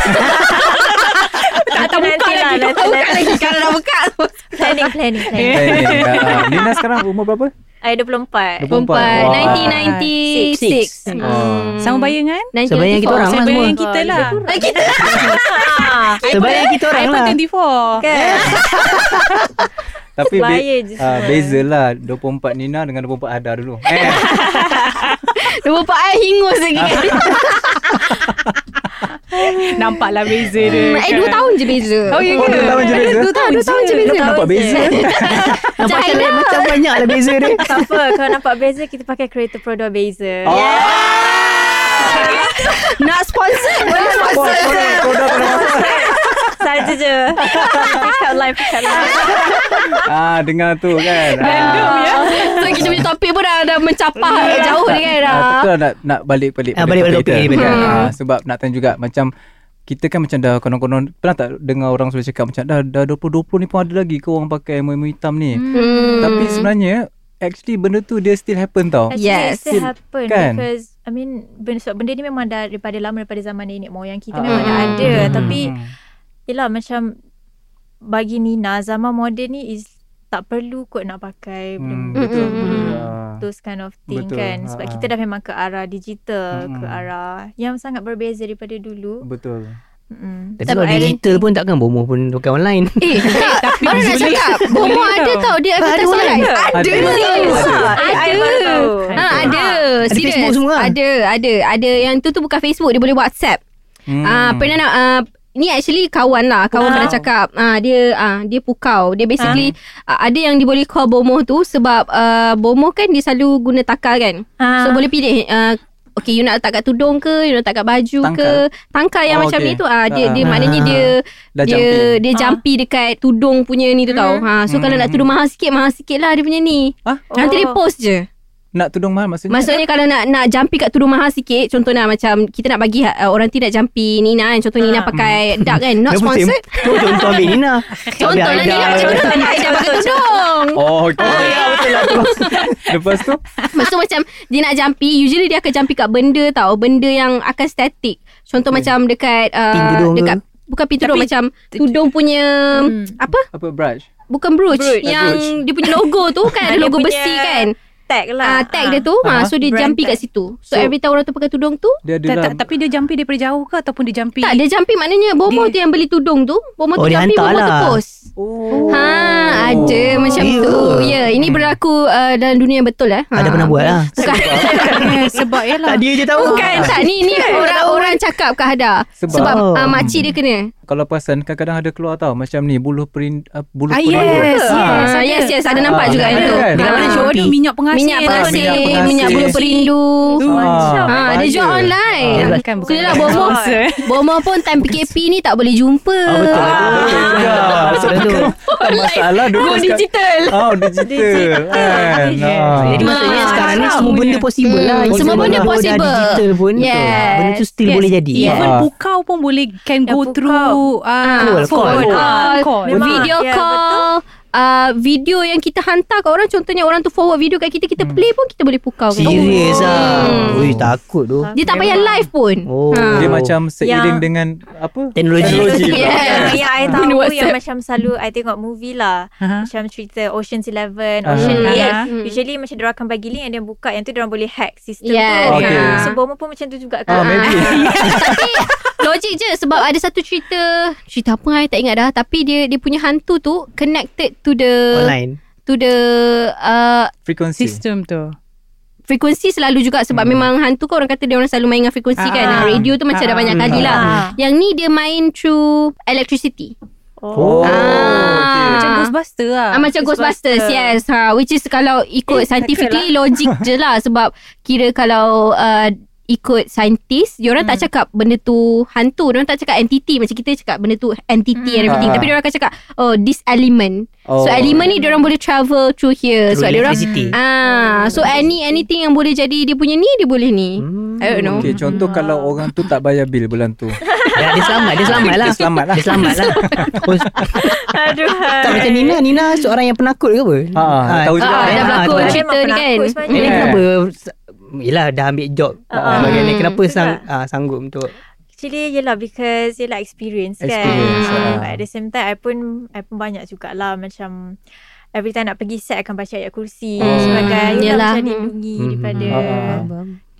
C: buka lagi. Tak buka lagi. Kalau nak buka. lah, Planning, planning, planning.
D: Planning, ah. Nina sekarang umur berapa?
C: I
D: 24. Wah.
C: 24.
B: Perempuan 1996
F: Six.
D: Hmm.
E: Ah. Sama bayangan?
F: Sebayang kita orang lah
E: Sama
F: semua.
E: bayangan kita lah.
C: Kita
F: Sebayang kita orang lah.
E: iPhone 24.
C: kan.
D: Tapi be,
C: Bahaya je
D: uh,
C: semua.
D: beza lah 24 Nina dengan 24 Ada dulu eh,
B: Lupa pak air hingus lagi
E: Nampaklah beza dia.
B: Eh dua tahun je beza
E: Oh, ya
D: Oh,
E: ke?
D: dua tahun je beza?
E: Dua tahun
B: Dua tahun je beza
D: Nampak beza
F: Nampak macam, macam banyak lah beza dia.
C: Tak apa. Kalau nampak beza kita pakai creator product beza.
D: Oh,
B: Nak sponsor lah. Boleh
D: Wah,
B: sponsor
D: sorry, produk, produk.
C: Saja je. Pick up line, pick up line.
D: Ah, dengar tu kan Random
B: Ya. So kita punya topik pun dah, dah mencapah
C: Eh,
B: jauh ni kan dah.
D: Ah, tak nak nak balik-balik
F: Ah, balik-balik topik dia, betul.
D: Ah, sebab nak tanya juga macam kita kan macam dah konon-konon pernah tak dengar orang selalu cakap macam dah dah 2020 ni pun ada lagi ke orang pakai ilmu hitam ni.
B: Hmm.
D: Tapi sebenarnya actually benda tu dia still happen tau.
C: Actually yes. it still
D: Still-
C: happen
D: kan?
C: kan? Because I mean benda, sebab benda ni memang dah daripada lama Daripada zaman nenek moyang
D: Ah.
C: kita Memang dah ada
F: Hmm.
C: Tapi Yelah macam Bagi Nina Zaman moden ni is Tak perlu kot nak pakai
D: Hmm,
C: Benda
D: betul.
B: Mm-mm.
D: Ah.
C: Those kind of thing
D: Betul.
C: Betul. kan Sebab
D: Ha,
C: kita
D: ha. Hmm.
C: dah memang ke arah digital
D: Mm-mm.
C: Ke arah Yang sangat berbeza daripada dulu
D: Betul.
C: Mm-mm.
F: Tapi kalau digital pun takkan bomoh pun pakai online.
B: Eh,
E: Tapi
B: baru nak
E: boleh-
B: cakap. Bomo
E: boleh
B: ada tau. Dia advertise online.
D: Ada.
C: I baru
B: Ada.
C: tahu.
B: Ha, ada.
F: Ada
B: Serius.
F: Facebook semua.
B: Ada, ada. Ada yang tu tu bukan Facebook. Dia boleh WhatsApp.
D: Hmm.
B: Ah, pernah nak ah, Ni actually kawan lah Kawan pernah cakap ah, Dia ah, dia pukau Dia basically ah, Ada yang dia boleh call bomoh tu Sebab ah, bomoh kan Dia selalu guna takar kan
C: Ah.
B: So boleh pilih uh, Okay you nak letak kat tudung ke You nak letak kat baju
D: Tangkal.
B: ke Tangkal yang
D: Oh,
B: macam
D: okay.
B: ni tu ah, Dia, dia
F: Ah.
B: maknanya dia
D: Dah
B: dia
D: jumping.
B: dia jumpy dekat tudung punya ni tu tau. Ha so kalau nak tudung mahal sikit mahal sikit lah dia punya ni.
D: Ah?
B: Nanti dia
C: Oh.
B: post je.
D: Nak tudung mahal maksudnya?
B: Maksudnya kalau nak nak jumpy kat tudung mahal sikit contohnya macam kita nak bagi uh, orang tu nak jumpy Nina kan contoh
C: Ah.
B: Nina pakai dark kan not
F: Dia pun
B: sponsored.
F: tim- Tu contoh ambil Nina.
B: Contoh lah Nina macam mana nak Aida pakai tudung.
D: Oh, okay. Oh, ya, betul lah tu. Lepas tu?
B: Maksud macam dia nak jumpy usually dia akan jumpy kat benda tau benda yang akan static. Contoh
D: Okay.
B: macam dekat uh,
F: Pin tudung ke?
B: dekat bukan pin tudung macam tudung punya apa
D: Apa, brush?
B: bukan brooch,
C: Hmm. Brooch.
B: yang dia punya logo tu kan ada
C: Dia
B: logo
C: punya
B: besi kan.
C: Tag lah
B: Ah tag dia tu ha
D: Ah.
B: so dia
C: Brand
B: jumpy
C: tag.
B: kat situ. So,
D: So-
B: every time orang tu pakai tudung tu
D: Dia ada
E: Tak,
D: lah.
E: tak, tapi dia jumpy daripada jauh ke ataupun dia jumpy?
B: tak dia jumpy maknanya bomo tu yang beli tudung tu bomo
F: Oh,
B: tu
F: dia
B: jumpy
F: hantar
B: bomo tu
F: lah.
B: post.
D: Oh.
B: Ha ada macam
F: Ya. Hmm.
B: tu. Ya yeah, ini ini berlaku uh, dalam dunia yang betul eh. Ha.
F: Ada pernah buat lah
B: Bukan.
E: Eh, sebab
F: Tak
E: ialah.
F: dia je tahu
B: lah. Bukan tak ni ni orang-orang cakap Kak Hada. Sebab,
D: Sebab-
B: sebab
F: Oh.
B: uh, makcik dia kena.
D: Kalau perasan kadang-kadang ada keluar tau macam ni bulu perin uh, bulu
E: Ah,
D: perunduk.
E: yes, yes.
B: Ah, yes yes ada
D: Ah,
B: nampak juga
D: kan?
B: yang tu.
D: Kan?
E: Dekat mana
B: Ah.
E: Shopee? Minyak pengasih.
B: Minyak pengasih,
D: Minyak
B: minyak,
D: pengasih.
B: bulu perindu.
D: Ah,
B: Ha, dia jual online.
F: Ah,
E: ya, bukan, bukan.
B: Kena lah bomo. Bomo pun time PKP ni tak boleh jumpa.
D: Ah, betul. betul juga.
F: Betul tu
D: Masalah dulu
B: Go
D: sekarang-
B: digital.
D: Oh digital kan. Ah.
F: Jadi maksudnya
B: Ah,
F: sekarang ni
E: sekarang
F: semua benda possible
B: Hmm,
F: lah
B: semua benda
F: Walaupun dah
B: possible.
F: digital pun
B: Yes.
F: betul. Benda tu still
B: Yes.
F: boleh jadi
B: ya.
F: Oh.
D: Yes.
E: Even
D: Ah.
E: pukau pun boleh can
C: Dah
E: go
C: pukau.
E: through
F: Call,
E: ah, phone.
F: call.
E: Ah, call.
B: Uh,
C: Memang.
B: video
C: Ya,
B: call uh, video yang kita hantar kat orang contohnya orang tu forward video kat kita kita play pun kita boleh pukau kan
F: Serius lah
D: Hmm.
F: Ui takut tu
B: dia tak payah live pun Ha.
F: Oh.
D: Dia
F: Oh.
D: macam seiring
C: Yang-
D: dengan apa?
F: Teknologi.
D: Teknologi. pula.
B: Yes.
C: Yang, yang Ya, I tahu
B: Guna
C: yang
B: WhatsApp.
C: macam selalu I tengok movie lah.
E: Aha.
D: Ah.
C: Macam cerita Ocean's Eleven,
D: Aha.
C: Ocean
E: Aha.
C: Eight.
B: Hmm.
C: Usually macam dia akan bagi link and then buka. Yang tu dia boleh hack sistem
B: Yes.
C: tu.
D: Okay.
C: So Bomo pun macam tu juga
D: Ah,
C: kan.
D: maybe.
B: ya. tapi logik je sebab ada satu cerita cerita apa I tak ingat dah tapi dia dia punya hantu tu connected to the
F: Online
B: to the uh,
D: Frequency.
E: Sistem tu.
B: frekuensi selalu juga sebab memang hantu kan orang kata dia orang selalu main dengan frekuensi kan
E: Ah.
B: radio tu macam dah
E: Ah.
B: banyak kali lah
C: Ah.
B: yang ni dia main through electricity
D: Oh.
B: Ah.
D: okay.
E: Macam
B: Ah.
E: Ghostbuster lah.
B: Ah, macam Ghostbusters,
C: Ghostbusters.
B: yes. Ha, which is kalau ikut eh, scientifically logic je lah sebab kira kalau uh, ikut saintis, diorang tak cakap benda tu hantu, diorang tak cakap entity macam kita cakap benda tu entity and everything.
D: Ah.
B: Tapi diorang akan cakap oh this element.
D: Oh.
B: So element ni diorang boleh travel through here. Eh,
F: Through
B: Sebab diorang
F: electricity
B: ah so any anything yang boleh jadi dia punya ni dia boleh ni.
F: Hmm.
B: I don't know.
D: Okay, contoh kalau orang tu tak bayar bil bulan tu.
F: Ya, dia selamat Dia selamat lah
D: Dia selamat lah.
F: Dia selamat lah Oh,
C: Aduh.
F: Tak macam Nina Nina seorang yang penakut ke apa
D: Ha, tahu juga.
B: Ah,
D: eh.
B: dah
F: Ah,
B: berlaku
F: tu lah.
B: cerita
C: Memang
B: ni kan.
C: penakut sebenarnya.
F: Ini
D: Yeah.
F: kenapa Yelah dah ambil job
C: Ah.
F: uh, bagian ni Kenapa
C: Betul
F: sang,
C: tak?
F: uh, sanggup untuk
C: Actually yelah because yelah experience kan.
D: Experience,
C: Ah,
D: ah.
C: At the same time I pun I pun banyak jugalah macam every time nak pergi set akan baca ayat kursi
D: Oh.
C: oh. sebagai
B: Hmm. Yelah.
C: yelah, macam dilindungi
F: Hmm.
C: daripada
D: Ah.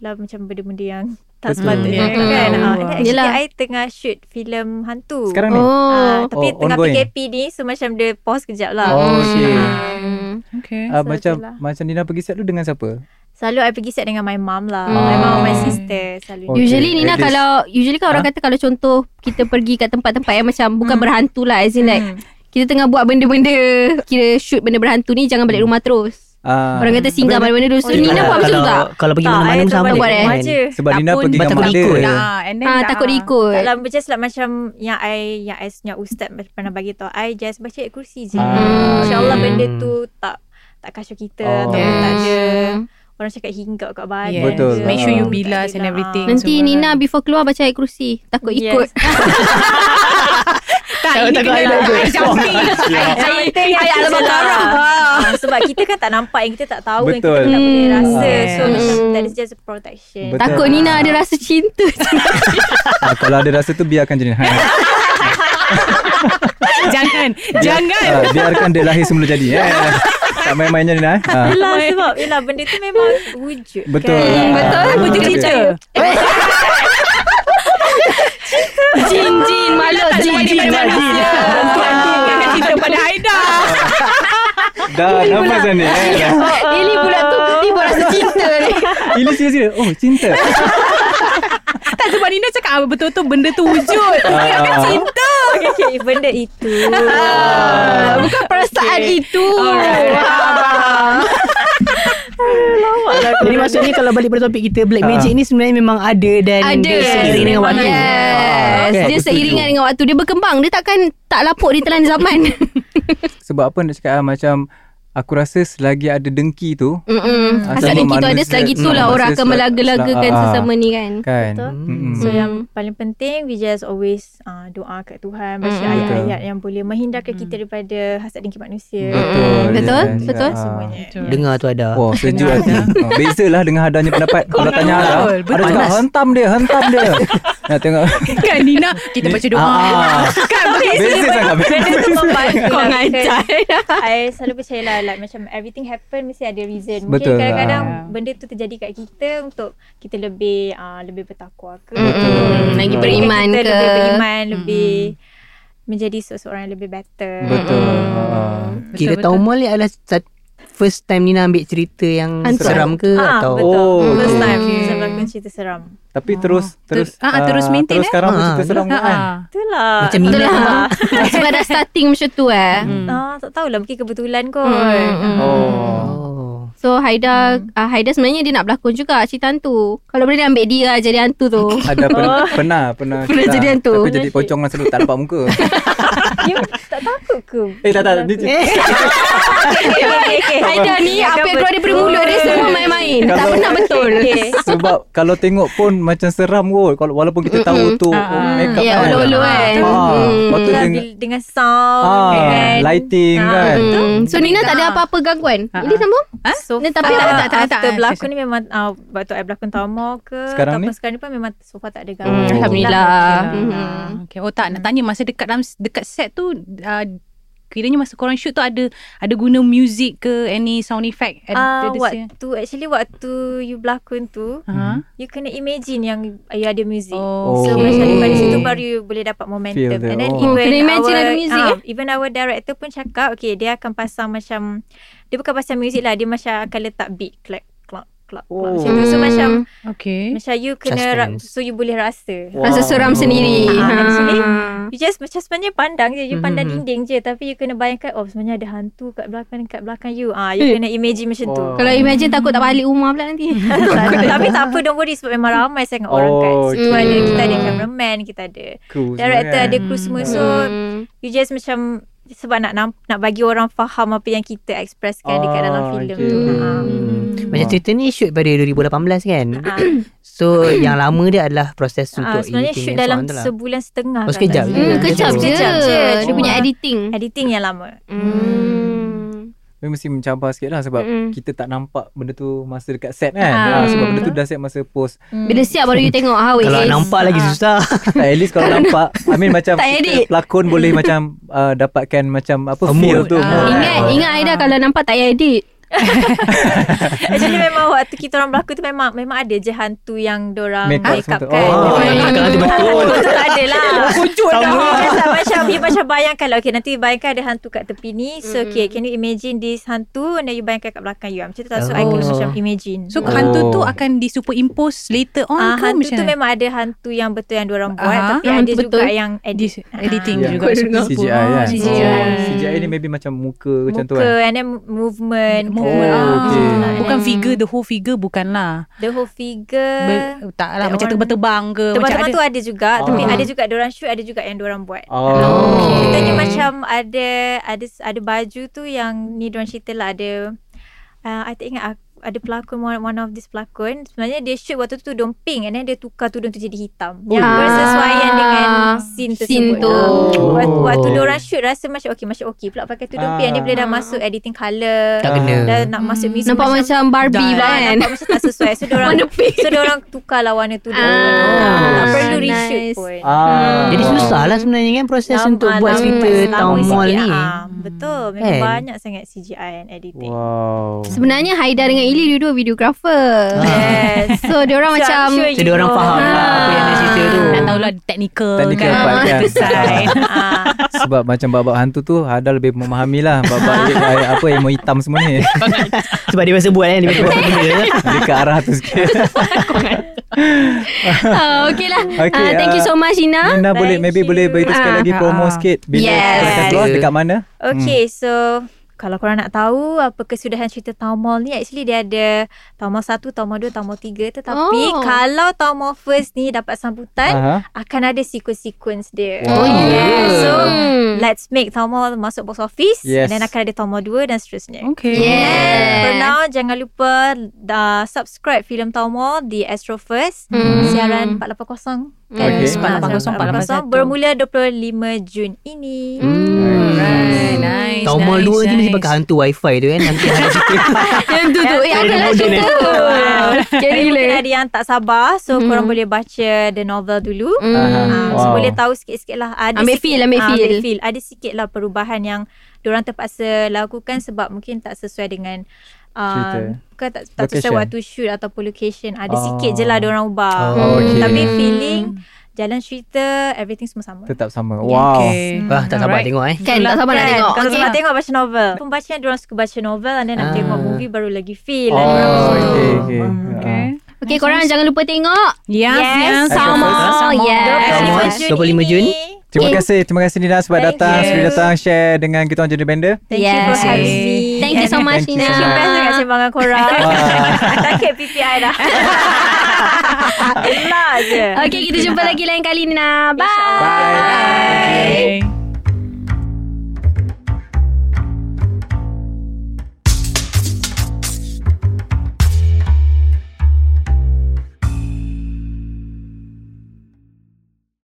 C: lah macam benda-benda yang tak
D: Betul.
C: sepatutnya
B: Betul.
C: kan. Ah, and then actually
B: Hmm. Yelah.
C: I tengah shoot filem hantu.
D: Sekarang ni.
B: Oh.
C: Ah, tapi
D: Oh,
C: tengah
D: ongoing.
C: PKP ni so macam dia pause kejap
B: Ah,
C: lah.
D: Oh, okay.
B: Hmm.
E: Okay.
D: Ah,
C: so
D: macam
C: itulah.
D: macam Nina pergi set tu dengan siapa?
C: Selalu I pergi set dengan my mum lah.
B: Hmm.
C: My mum or my
D: Oh.
C: sister selalu.
D: Okay,
B: Usually Nina
D: at least-
B: kalau Usually kan orang
D: Ha?
B: kata Kalau contoh Kita pergi kat tempat-tempat Yang macam Bukan berhantu lah As in like
C: Hmm.
B: Kita tengah buat benda-benda Kira shoot benda berhantu ni Jangan balik rumah terus
D: Ah,
B: Orang kata singgah mana-mana dulu So
C: Oh,
B: Nina
C: yelah.
B: buat macam
F: Ah, kalau,
B: tu tak?
F: Kalau pergi mana-mana
C: I
F: pun
C: tak
F: sama
C: balik
B: buat, eh?
C: rumah je.
D: sebab
E: tak
D: Nina
E: pun
D: pergi
F: macam
D: dengan mak
F: tak
D: dia.
F: ikut.
E: Ah, and then
B: Ah, takut diikut
C: Tak lah Just like macam Yang I Yang I punya ustaz Pernah bagi tahu I just baca ayat kursi je
D: Ah,
C: InsyaAllah
F: okay.
C: benda tu Tak tak kacau kita
D: Oh.
C: Atau
D: Yes.
C: tak ada
B: Hmm.
C: Orang cakap hinggap kat badan
E: Yes.
D: Betul.
E: Make sure you
D: Ah.
E: bilas
C: lah.
E: and everything.
B: Nanti
E: Semua
B: Nina
E: kan.
B: before keluar Baca ayat kursi Takut ikut
E: Tak, lah. ini
F: takut
E: kena
F: ada kot.
E: I jumping.
C: Yang penting ayat Al-Baqarah Sebab kita kan tak nampak Yang kita tak tahu Yang kita
D: Betul.
C: pun tak boleh
B: Hmm.
C: rasa So
E: Yes.
C: macam That is just a protection
D: Betul.
B: Takut Nina ada rasa cinta
D: Ah, kalau ada rasa tu biarkan je Nina. Ah,
E: Ah,
B: Ya.
E: Jangan. Jangan.
B: Ah.
D: ah, biarkan dia lahir semula jadi. Eh. tak main-mainnya Nina. eh. Ah.
C: Yelah sebab Yelah benda tu memang Wujud
D: Betul.
C: kan?
D: Hmm, betul.
E: Betul
D: Betul.
E: cerita.
B: Jin jin Malu jin jin
E: Jin. Jangan cerita pada Haida.
D: Dah lama dah ni. eh.
B: Ili pula tu Ni buat rasa cinta ni
D: Ini sila-sila. Oh, cinta.
E: Tak sebab Nina cakap ah, betul-betul benda tu wujud. Dia
D: Ah,
E: akan cinta.
C: Ah, Okay, okay, if benda itu
B: Ah, Bukan perasaan itu
C: lah
F: Jadi maksudnya kalau balik pada topik kita Black Magic ni sebenarnya memang ada Dan
B: Ada
F: dia seiring dengan waktu
B: Yes
F: Ah, kan?
B: Dia
F: Aku
B: seiringan
F: setuju.
B: dengan waktu Dia berkembang Dia takkan Tak lapuk dia telan zaman
D: Sebab apa nak cakap ah, macam aku rasa selagi ada dengki tu
B: Mm-mm. Asal
D: Sama
B: dengki tu ada
D: manusia-
B: Selagi tu lah
D: manusia
B: Orang akan
D: sel-
B: melaga-lagakan
D: sel- ah.
B: Sesama ni kan
D: kan.
C: Betul.
D: Mm-mm.
C: So yang paling penting We just always uh, Doa kat Tuhan Baca
B: Mm-mm.
C: ayat-ayat yang boleh Menghindarkan kita daripada Hasad dengki manusia
D: Betul.
B: Mm, betul,
D: Yes, yes.
B: betul.
D: Ah.
C: Semuanya
E: Betul.
F: Dengar tu ada
D: Wah sejuk hati Ah, Beza lah dengan hadanya pendapat Kalau tanya Hada
E: betul,
D: Ada cakap hentam dia Hentam dia Nak tengok
E: Kan Nina kita baca doa.
D: Ah.
E: Kan boleh.
D: Beza sangat
C: Benda tu membantu
B: Kau
C: lah,
B: ngajar.
C: because I selalu percaya lah like, Macam everything happen Mesti ada reason Mungkin
D: Betul.
C: kadang-kadang
E: Ah.
C: Benda tu terjadi kat kita Untuk kita lebih uh, Lebih bertakwa ke
B: Mm-mm. Hmm. Lagi
C: Untuk
B: beriman
C: kita
B: ke
C: Lebih beriman Lebih Menjadi seseorang yang lebih better
D: Betul Ah.
F: Kira
E: Betul-betul.
F: Taumol ni adalah sat- first time Nina ambil cerita yang
B: Hantu.
F: seram ke
C: Ah,
F: atau
C: betul.
D: Oh,
C: First
D: okay.
C: time
E: Okay.
C: saya melakukan cerita seram.
D: Tapi terus
E: Ter-
D: terus
E: ah, terus maintain,
D: Terus
E: eh?
D: sekarang pun
F: Ah,
D: cerita seram kan.
C: Itulah.
F: Macam Mina.
C: Alhamdulillah.
B: lah. Sebab dah starting macam tu eh
E: Hmm.
C: lah. Ah, tak tahulah mungkin kebetulan kot. ah.
B: Hmm.
D: Oh.
F: Oh.
B: So Haida hmm. uh, Haida sebenarnya dia nak berlakon juga cerita hantu Kalau boleh dia ambil dia lah jadi hantu tu
D: Ada pernah pernah pernah,
B: Pernah
D: cerita,
B: jadi hantu.
D: Tapi jadi pocong lah selalu tak dapat muka.
C: You Ya, tak takut ke?
D: eh tak tak ni
C: Okay, okay, okay.
B: Haida ni
C: Akan
B: apa yang keluar daripada
C: betul. kan?
B: mulut dia semua main-main Tak
D: Kalau-
B: pernah betul
C: Okay.
D: sebab kalau tengok pun macam seram kot. Kalau walaupun kita tahu tu
E: Ah.
D: make up
B: Ya,
D: kan.
B: ulu-ulu kan.
D: Ah,
B: Hmm.
D: lepas tu
C: Itulah
D: dengan
C: bila- dengan sound
D: ah,
C: kan.
D: lighting
C: Ah,
D: kan.
C: betul.
B: hmm. So Nina tak ada
C: Ah.
B: apa-apa gangguan
E: Ah,
B: Ini sambung
E: Ah?
C: So
B: Ni
C: far,
B: tapi tak- tak- tak- tak-
C: after
E: tak-
C: berlakon ni memang uh, Waktu I berlakon Tama ke
D: Sekarang
C: ataupun
D: ni?
C: Sekarang ni pun memang so far tak ada
F: Hmm,
C: gangguan
B: Alhamdulillah. Mhm.
E: Ah, Okay. Oh tak nak tanya masa dekat dalam dekat set tu uh, kiranya masa korang shoot tu ada ada guna music ke any sound effect ada,
C: Ah,
E: ada se-
C: waktu actually waktu you berlakon tu
D: Hmm.
E: Ah.
C: you kena imagine yang you ada music.
E: Oh.
C: So
D: Okay.
C: macam daripada situ baru you boleh dapat momentum.
D: Feel the-
C: And then
D: oh.
C: even
B: Hmm. Kena imagine
C: our,
B: ada music, eh?
C: ah, Even our director pun cakap, okay dia akan pasang macam, dia bukan pasang music lah, dia macam akan letak beat, clap, clap, clap, clap.
D: Oh.
C: Macam tu. So
B: Hmm.
C: macam,
E: Okay.
C: macam you kena, ra-
F: Suspense.
C: so you boleh rasa.
D: Wow.
B: Rasa seram sendiri
C: Ah,
B: Ha.
C: actually, You just macam sebenarnya pandang je You pandang
D: Mm-hmm.
F: Mhm.
C: dinding je Tapi you kena bayangkan Oh sebenarnya ada hantu kat belakang Kat belakang you ah,
B: Eh.
C: You kena imagine macam tu
D: Wow.
B: Kalau imagine takut tak balik rumah pula nanti
C: Tapi tak apa Don't worry Sebab memang ramai sangat orang kat
D: Oh,
C: situ
B: okay.
C: ada, Kita ada cameraman Kita ada
D: Crew semua
C: director
D: kan.
C: ada crew semua So
B: Hmm.
C: you just macam Sebab nak namp- nak bagi orang faham Apa yang kita expresskan Dekat dalam
F: Oh,
D: Ah,
C: filem
D: okay,
C: tu
D: okay.
C: Ah.
F: Macam
D: Wah.
F: cerita ni shoot pada 2018 kan
C: Ah.
F: So yang lama dia adalah proses
C: Ah,
F: untuk
C: Sebenarnya
F: editing
C: shoot
F: and so
C: dalam
F: on tu lah.
C: sebulan setengah kan?
F: Oh,
C: kalau
F: sekejap
C: tak
F: je.
C: salah.
B: Hmm, kejap je
C: Sekejap je
B: Dia
C: Cuma lah.
B: punya editing
C: Editing yang lama
B: Hmm.
D: Dia mesti mencabar sikit lah sebab
B: Mm.
D: kita tak nampak benda tu masa dekat set kan.
C: Ah,
D: Ah, sebab benda tu
C: betul.
D: dah set masa post.
B: Bila siap baru you tengok ah, How it
F: Kalau
B: is
F: nampak lagi susah
D: tak, at least kalau nampak, I mean macam
B: Tak edit.
D: kita pelakon boleh macam uh, dapatkan macam apa
F: A
D: feel
F: mood.
D: tu.
E: Ah.
D: mood kan.
B: Ingat Ingat Aida kalau nampak tak payah edit
C: Actually memang waktu kita orang berlaku tu memang memang ada je hantu yang dorang
D: Make
C: make
D: up semua
C: up,
D: tu.
C: kan.
D: Oh,
F: yang nak hantu betul.
C: Tu tak ada lah.
E: Kocok
C: Macam macam you macam bayangkan lah okay, nanti bayangkan ada hantu kat tepi ni. So okay, can you imagine this hantu and then you bayangkan kat belakang you. Macam tu tak so I can
F: Oh.
C: macam imagine.
E: So
C: So
E: oh. hantu tu
D: Oh.
E: akan disuperimpose later on
C: Ah,
E: ke
C: hantu
E: macam
C: tu
E: mana?
C: memang ada hantu yang betul yang diorang buat
E: Aha.
C: tapi
B: Hantu
C: ada juga
B: betul.
C: yang edit
E: Dis- editing
D: Ya.
E: juga superimpose.
D: CGI
E: Oh,
D: kan.
E: CGI.
D: Oh, CGI ni maybe macam muka, macam tu
C: muka
D: kan.
C: and then movement, ke.
E: Movement.
D: Oh,
E: Ah,
D: okay.
E: Bukan figure the whole figure bukan lah.
C: the whole figure.
E: Ber, tak lah
C: that
E: macam
C: one.
E: terbang-terbang ke
C: Tempat-tempat
E: macam
C: tu ada juga
D: Oh.
C: Tapi ada juga Diorang shoot Ada juga yang diorang buat
D: Oh.
C: Kita ni macam ada ada ada baju tu yang ni diorang cerita lah ada uh, I tak ingat aku, ada pelakon one, one of this pelakon sebenarnya dia shoot waktu tu tudung pink and then dia tukar tudung tu jadi hitam yang
B: Ah.
C: bersesuaian dengan scene tersebut
B: Scene tu.
C: Oh. Waktu,
F: Oh.
C: waktu diorang shoot rasa macam okay macam okay pula pakai tudung
D: Ah.
C: pink and dia bila dah masuk editing colour
F: Tak kena.
C: dah nak masuk music
B: Hmm. Nampak macam Barbie pula
C: Ah,
B: kan
C: Nampak macam tak sesuai So diorang
B: Warna pink.
C: So diorang tukarlah warna tu
B: Ah,
C: Tak perlu reshoot
B: nice.
C: pun
D: Ah.
F: Jadi susah lah sebenarnya kan Proses
C: Lama-
F: untuk buat
C: lama-
F: cerita
C: lama
F: Town
C: sikit,
F: Mall ni
C: ah. Betul Memang
F: Kan?
C: banyak sangat CGI and editing
D: Wow.
B: Sebenarnya Haida dengan Ili Dua-dua videographer
D: Ah.
C: Yes
B: So diorang
C: So, I'm
B: macam
C: sure you Ah.
F: Jadi orang
C: know.
F: faham lah Apa yang dia cerita tu
E: Tak tahulah technical,
D: Technical
E: kan.
D: part kan.
E: Design.
C: Ah,
D: Sebab macam babak hantu tu Hada lebih memahami lah Babak eh, apa emo hitam semua ni lah.
F: Sebab dia biasa buat kan Dia biasa buat benda
D: Dia ke arah tu sikit
B: Ah, Okay lah
D: Okay,
B: Ah, Thank you
D: ah,
B: so much Ina
D: Nina
C: Thank
D: boleh Maybe
C: you.
D: boleh beritahu sekali
B: Ah.
D: lagi Promo
E: Ah.
D: sikit Bila
B: Yes.
D: kita akan keluar Dekat mana
C: Okay so kalau korang nak tahu apa kesudahan cerita Town Mall ni actually dia ada Town Mall 1, Town Mall 2, Town Mall 3 tetapi
B: Oh.
C: kalau Town Mall First ni dapat sambutan
D: Aha.
C: akan ada sequence-sequence dia.
D: Wow. Oh, ya.
C: Yes. So
B: Hmm.
C: let's make Town Mall masuk box office
D: Yes.
C: yes. and then akan ada Town Mall 2 dan seterusnya.
E: Okay.
B: Yeah.
C: For now jangan lupa uh, subscribe filem Taumo di Astro First
B: Hmm.
C: siaran 480.
B: Eh,
D: Okay.
C: Ah, siaran
E: 480, 481.
C: bermula 25 Jun ini.
B: Hmm.
C: Hmm.
E: Alright, nice.
F: Town Mall
E: nice,
F: 2 je
E: nice.
F: mesti pakai hantu wifi tu kan Nanti ada cerita
B: Yang tu tu Eh ada lah
F: Modern,
B: cerita Jadi
C: Dan
B: gila Hmm.
C: mungkin ada yang tak sabar So mm-hmm. korang boleh baca The novel dulu mm.
D: Aha.
C: Wow. So
D: Wow.
C: boleh tahu sikit-sikit lah ada
B: Ambil
C: sikit,
B: feel, ambil
C: ah,
B: feel.
C: feel Ada sikit lah perubahan yang Diorang terpaksa lakukan Sebab mungkin tak sesuai dengan
D: Cerita.
C: um, Bukan tak, tak
D: Location.
C: sesuai waktu shoot Ataupun location Ada
D: Oh.
C: sikit je lah diorang ubah
D: Oh, okay.
C: Tapi feeling jalan cerita, everything semua sama.
D: Tetap sama. Wow. Okay.
E: Okay.
F: Wah, tak sabar
E: Alright.
F: tengok eh.
B: Kan tak sabar nak tengok.
C: Kalau
B: Okay.
C: okay. tengok baca novel. Pembacaan dia orang suka baca novel and then nak
F: Ah.
C: tengok movie baru lagi feel.
D: Oh,
C: Oh.
D: okay, okay.
E: Hmm,
D: Ah.
E: Okay.
B: Okay, korang jangan lupa tengok.
E: Yes,
C: Yes.
E: yes.
B: Sama.
E: Sama.
B: Yes.
F: Sama. 25 Jun.
D: Terima
B: Okay.
D: kasih. Terima kasih Nina sebab
C: Thank
D: datang.
C: you.
D: Sudi datang share dengan kita orang jadi bender.
C: Thank yes. you for
B: Yes.
C: having me.
B: Thank you so
C: And
B: much,
D: Thank you.
B: Nina.
D: Thank you.
C: Terima kasih kat sumbangan korang.
D: Wah.
C: Takut PPI dah. Elah je.
B: Okay, kita jumpa lagi lain kali, Nina. Bye.
D: Bye.